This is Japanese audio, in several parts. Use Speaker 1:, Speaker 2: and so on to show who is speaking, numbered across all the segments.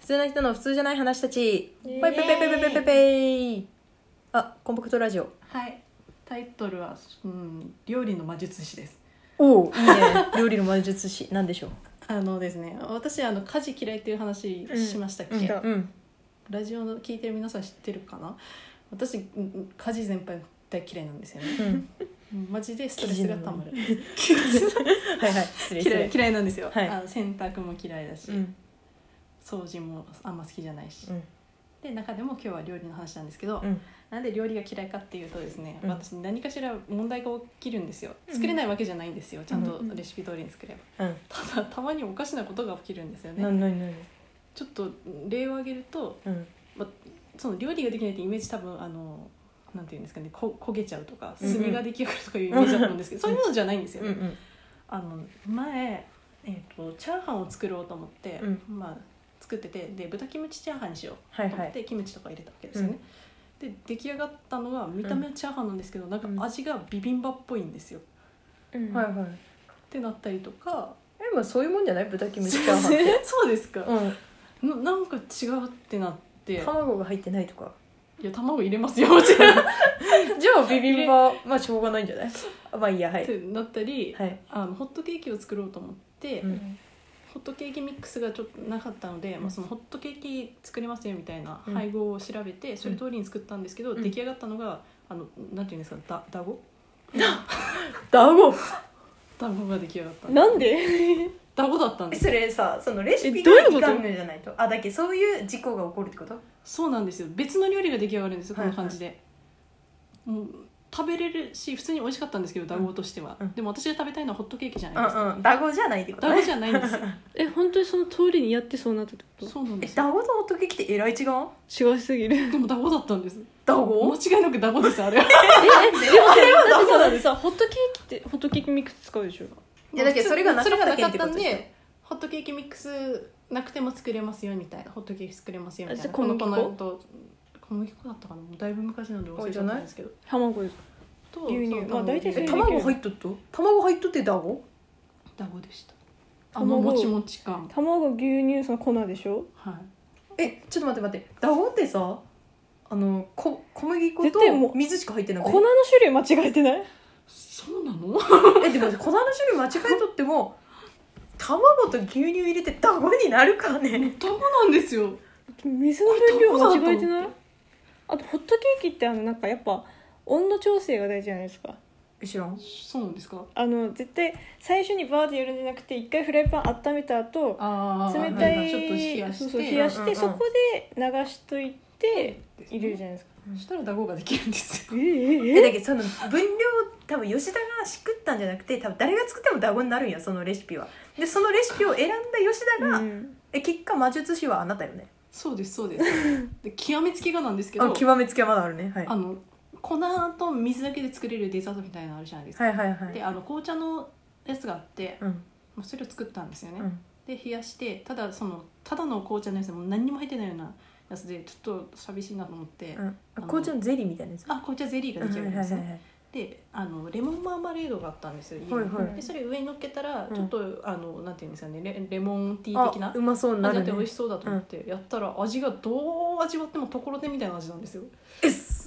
Speaker 1: 普通な人の普通じゃない話たち
Speaker 2: イエーイ
Speaker 1: ぽいぺぺぺぺぺぺぺいあコンパクトラジオ
Speaker 2: はいタイトルは、うん、料理の魔術師です
Speaker 1: おおいいね料理の魔術師なんでしょう
Speaker 2: あのですね私あの家事嫌いっていう話しましたっけ、
Speaker 1: うんうん
Speaker 2: ラジオの聞いてる皆さん知ってるかな私うんうん家事全般大嫌いなんですよね
Speaker 1: うん
Speaker 2: うんマジでストレスがたまる
Speaker 1: はいはい失礼失
Speaker 2: 嫌
Speaker 1: 礼
Speaker 2: い嫌いなんですよ、
Speaker 1: はい
Speaker 2: あの洗濯も嫌いだし、
Speaker 1: うん
Speaker 2: 掃除もあんま好きじゃないし、
Speaker 1: うん
Speaker 2: で中でも今日は料理の話なんですけど、
Speaker 1: うん
Speaker 2: なんで料理が嫌いかっていうとですね、
Speaker 1: うん
Speaker 2: 私何かしら問題が起きるんですよ
Speaker 1: うん
Speaker 2: 作れないわけじゃないんですよ、ちゃんと
Speaker 1: うん
Speaker 2: レシピ通りに作れば、
Speaker 1: うん
Speaker 2: た だたまにおかしなことが起きるんですよ
Speaker 1: な
Speaker 2: ね
Speaker 1: になになに
Speaker 2: ちょっと例を挙げると
Speaker 1: うん
Speaker 2: その料理ができないってイメージ多分あのなんていうんですかねこ焦げちゃうとか
Speaker 1: うんうん
Speaker 2: 炭が出来上がるとかいうイメージだと思うんですけど、そういうものじゃないんですよ
Speaker 1: うん
Speaker 2: ね、
Speaker 1: うん
Speaker 2: あの前、えー、とチャーハンを作ろうと思って、
Speaker 1: うん
Speaker 2: まあ、作っててで豚キムチチャーハンにしよう
Speaker 1: はい
Speaker 2: と思
Speaker 1: は
Speaker 2: っ
Speaker 1: い
Speaker 2: てキムチとか入れたわけですよね、で出来上がったのが見た目はチャーハンなんですけど、なんか味がビビンバっぽいんですよ、
Speaker 3: うん
Speaker 1: はいはい
Speaker 2: ってなったりとか
Speaker 1: えまあそういうもんじゃない豚キムチチャーハンって
Speaker 2: そうですか、
Speaker 1: うん
Speaker 2: ななんか違うってなってい
Speaker 1: 卵が入ってないとか
Speaker 2: や卵入れますよもちろんっ
Speaker 1: じゃあビビンバまあしょうがないんじゃないあまあいいやはい
Speaker 2: てなったり、
Speaker 1: はい
Speaker 2: あのホットケーキを作ろうと思って、
Speaker 1: うん
Speaker 2: ホットケーキミックスがちょっとなかったので、
Speaker 1: ん
Speaker 2: まあ、そのホットケーキ作れますよみたいな
Speaker 1: うん
Speaker 2: 配合を調べて、それ通りに作ったんですけど、
Speaker 1: うん
Speaker 2: 出来上がったのがあのなんていうんですかだだご
Speaker 1: だご
Speaker 2: だごが出来上がった
Speaker 3: なんで
Speaker 2: だごだったんです
Speaker 1: それさそのレシピ
Speaker 3: えど
Speaker 1: が
Speaker 3: ういうこと
Speaker 1: いかんのじゃないとあだっけそういう事故が起こるってこと
Speaker 2: そうなんですよ別の料理が出来上がるんですよこ
Speaker 1: はい
Speaker 2: の感じで、もう食べれるし普通に美味しかったんですけどだごとしては、
Speaker 1: うん
Speaker 2: でも私が食べたいのはホットケーキじゃ
Speaker 1: う
Speaker 2: ないですか、
Speaker 1: んうんだごじゃないってこと
Speaker 2: だご
Speaker 1: ね
Speaker 2: じゃないんですよ
Speaker 3: え本当にその通りにやってそうなったってこ
Speaker 2: そうなん
Speaker 1: え
Speaker 2: ですよ
Speaker 1: だごとホットケーキってえらい違う
Speaker 3: と違いすぎるえ
Speaker 2: でもだごだったんです
Speaker 1: だご
Speaker 2: 間違いなくだごですあれは
Speaker 3: え でもあれはだってさだ
Speaker 1: だ
Speaker 3: ってさホットケーキってホットケーキミックス使うでしょ
Speaker 1: いやだけどそれがなかったけんってこと
Speaker 2: それがなかったん
Speaker 1: でしょ
Speaker 2: でホットケーキミックスなくても作れますよみたいなホットケーキ作れますよみたい
Speaker 3: あ
Speaker 2: な
Speaker 3: じゃあ小麦粉
Speaker 2: この粉と小麦粉だったかなもうだいぶ昔なんで忘れちゃったんですけど
Speaker 3: 卵です
Speaker 2: と
Speaker 3: 牛乳
Speaker 2: そう
Speaker 3: まあ大
Speaker 2: だ
Speaker 3: 体そ
Speaker 2: ご
Speaker 3: れ
Speaker 1: え
Speaker 3: で
Speaker 1: 卵入っとっと卵入っとってだご
Speaker 2: だごでしたあ
Speaker 3: 卵
Speaker 2: のもちもち感
Speaker 3: 卵牛乳その粉でしょ
Speaker 2: はい
Speaker 1: えちょっと待って待ってだごってさあのこ小麦粉
Speaker 3: 絶対も
Speaker 1: と
Speaker 3: う
Speaker 1: 水しか入ってない
Speaker 3: 粉の種類間違えてない
Speaker 2: そうなの
Speaker 1: えでも粉の種類間違えとっても卵と牛乳入れてダゴになるかね
Speaker 2: だごなんですよ
Speaker 3: 水の分量
Speaker 2: これ
Speaker 3: 間違えて
Speaker 2: 卵だ
Speaker 3: ないあとホットケーキってあのなんかやっぱ温度調整が大事じゃないですか
Speaker 1: 知らん
Speaker 2: そうなんですか
Speaker 3: あの絶対最初にバーでやるんじゃなくて一回フライパン温めた後
Speaker 2: あー
Speaker 3: 冷た
Speaker 2: なんか
Speaker 3: い
Speaker 2: ちょっと冷やして
Speaker 3: そうそう冷やして、
Speaker 1: うんうんうん
Speaker 3: そこで流しといて入れるじゃないですか
Speaker 2: そしたらだごができるんですよ
Speaker 3: ええ
Speaker 1: えだけどその分量多分吉田がしくったんじゃなくて多分誰が作ってもダゴになるんやそのレシピはでそのレシピを選んだ吉田が、
Speaker 3: うん、
Speaker 1: え結果魔術師はあなたよね
Speaker 2: そうですそうですで極めつけがなんですけ
Speaker 1: あ
Speaker 2: ど
Speaker 1: 極めつけはまだあるねはい
Speaker 2: あ
Speaker 1: は
Speaker 2: の粉と水だけで作れるデザートみたいなのあるじゃないですか、
Speaker 1: いはいはい
Speaker 2: であの紅茶のやつがあって
Speaker 1: うん
Speaker 2: まあそれを作ったんですよね、
Speaker 1: うん
Speaker 2: で冷やしてただそのただの紅茶のやつでもう何にも入ってないようなやつでちょっと寂しいなと思って、
Speaker 1: うんあ紅茶のゼリーみたいなやつ
Speaker 2: あ紅茶ゼリーが出来上がりましたね、
Speaker 1: はい
Speaker 2: であのレモンマーマレードがあったんですよ、家に
Speaker 1: はいはい
Speaker 2: でそれ上に乗っけたら
Speaker 1: うん
Speaker 2: ちょっと、あのなんていうんですかねレレモンティ
Speaker 1: は
Speaker 2: ー
Speaker 1: い
Speaker 2: 的な
Speaker 1: あうまそうにな
Speaker 2: 味だ
Speaker 1: る
Speaker 2: って美味
Speaker 1: ね
Speaker 2: しそうだと思って、やったら味がどう味わってもところてんみたいな味なんですよ
Speaker 1: えす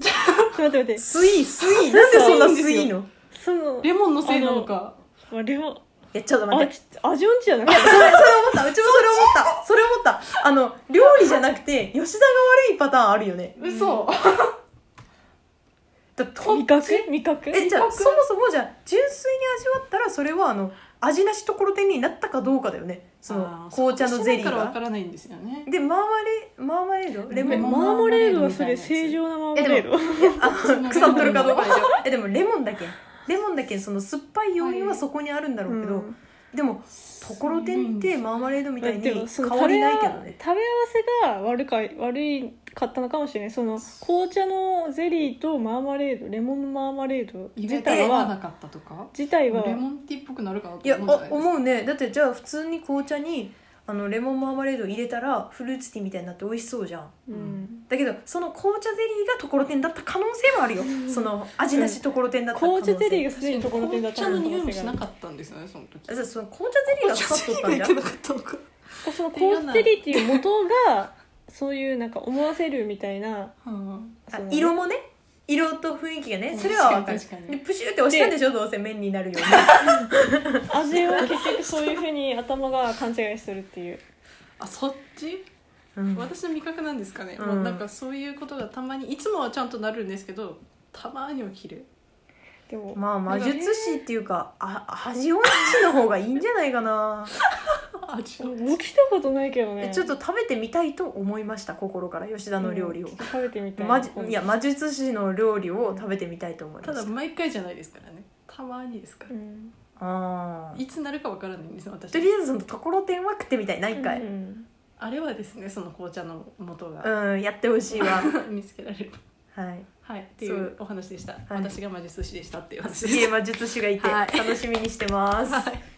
Speaker 3: 待って待って
Speaker 1: スイース イーなんでそんなスイーの
Speaker 3: その
Speaker 2: レモンのせいなのか
Speaker 3: あレモン
Speaker 1: えちょっと待って
Speaker 3: あち味音痴じゃなくて
Speaker 1: それそれ思ったうちもそれ思ったそれ思ったあの料理じゃなくて吉田が悪いパターンあるよね
Speaker 2: 嘘、
Speaker 1: だって
Speaker 3: 味覚味覚
Speaker 1: えじゃあ
Speaker 2: 味覚
Speaker 1: そもそもじゃあ純粋に味わったらそれはあの味なしところてんになったかどうかだよねその
Speaker 2: あー
Speaker 1: 紅茶のゼリー
Speaker 2: そこしないからわ
Speaker 1: が
Speaker 2: からないんですよね
Speaker 1: でマーマレマーマレードレモン
Speaker 2: レ
Speaker 3: え
Speaker 2: モン
Speaker 3: マーマレードはそれ正常なマーマレード
Speaker 1: あ腐っとるかどうかでしょ
Speaker 2: レモン
Speaker 1: えでもレモンだけレモンだけその酸っぱい要因はそこにあるんだろうけど、
Speaker 3: うん
Speaker 1: でもところてんってマーマレードみたいに
Speaker 3: で
Speaker 1: 変わ
Speaker 3: もその
Speaker 1: りないけどね
Speaker 3: 食べ合わせが悪か悪いかったのかもしれないその紅茶のゼリーとマーマレードレモンのマーマレード
Speaker 2: 入れ
Speaker 3: 自
Speaker 2: た
Speaker 3: 体
Speaker 2: ら合わな
Speaker 3: は
Speaker 2: かったとか
Speaker 3: 自体
Speaker 2: レ
Speaker 3: は
Speaker 2: モンティーっぽくなるかなと
Speaker 1: い
Speaker 2: 思
Speaker 1: や
Speaker 2: うじゃない
Speaker 1: あ思うねだってじゃあ普通に紅茶にあのレモンマーマレード入れたらフルーツティーみたいになって美味しそうじゃん
Speaker 3: うん
Speaker 1: だけどその紅茶ゼリーがところてんだった可能性もあるよその味なしところてんだった可能性
Speaker 3: 紅茶ゼリーが
Speaker 1: が
Speaker 3: すでにところてんだ
Speaker 2: 紅
Speaker 3: った
Speaker 2: 茶の
Speaker 3: 可能性
Speaker 2: 匂いも
Speaker 3: が
Speaker 2: し
Speaker 3: あ
Speaker 2: な
Speaker 3: る
Speaker 2: かったんですよねその時
Speaker 1: その紅茶ゼリーがかかっとったんじゃん
Speaker 2: なかったのか
Speaker 3: そのコーステリっていう元がそういうなんか思わせるみたいな
Speaker 2: うん
Speaker 1: あ
Speaker 3: その
Speaker 1: 色もね色と雰囲気がねそれは分かる
Speaker 2: 確かに確か
Speaker 1: で
Speaker 2: に
Speaker 1: プシュって押したんでしょどうせ麺になるように
Speaker 3: 味を結局そういうふうに頭が勘違いするっていう
Speaker 2: あそっち
Speaker 1: うん
Speaker 2: 私の味覚なんですかね、
Speaker 1: うん
Speaker 2: まあ、なんかそういうことがたまにいつもはちゃんとなるんですけどたまには切 る
Speaker 3: でも
Speaker 1: まあ魔術師っていうかあ味音痴の方がいいんじゃないかな
Speaker 2: 味を
Speaker 3: もう来たことないけど
Speaker 1: え
Speaker 3: ね
Speaker 1: ちょっと食べてみたいと思いました心から吉田の料理を
Speaker 3: うんちょっと食べてみたい
Speaker 1: 魔術いや魔術師の料理を食べてみたいと思いま
Speaker 2: た
Speaker 1: した
Speaker 2: だ毎回じゃないですからねたまにですから、
Speaker 3: うん
Speaker 1: あー
Speaker 2: いつなるかわからないんです私
Speaker 1: とりあえずそのところてんは食ってみたい何回
Speaker 3: うんうん
Speaker 2: あれはですねその紅茶の元が、
Speaker 1: うん、やってほしいわ
Speaker 2: 見つけられる
Speaker 1: はい
Speaker 2: はいってい
Speaker 1: そう
Speaker 2: お話でした、
Speaker 1: い
Speaker 2: 私が魔術師でしたっていう話です
Speaker 1: すげえ魔術師がいて
Speaker 2: はい
Speaker 1: 楽しみにしてます
Speaker 2: はい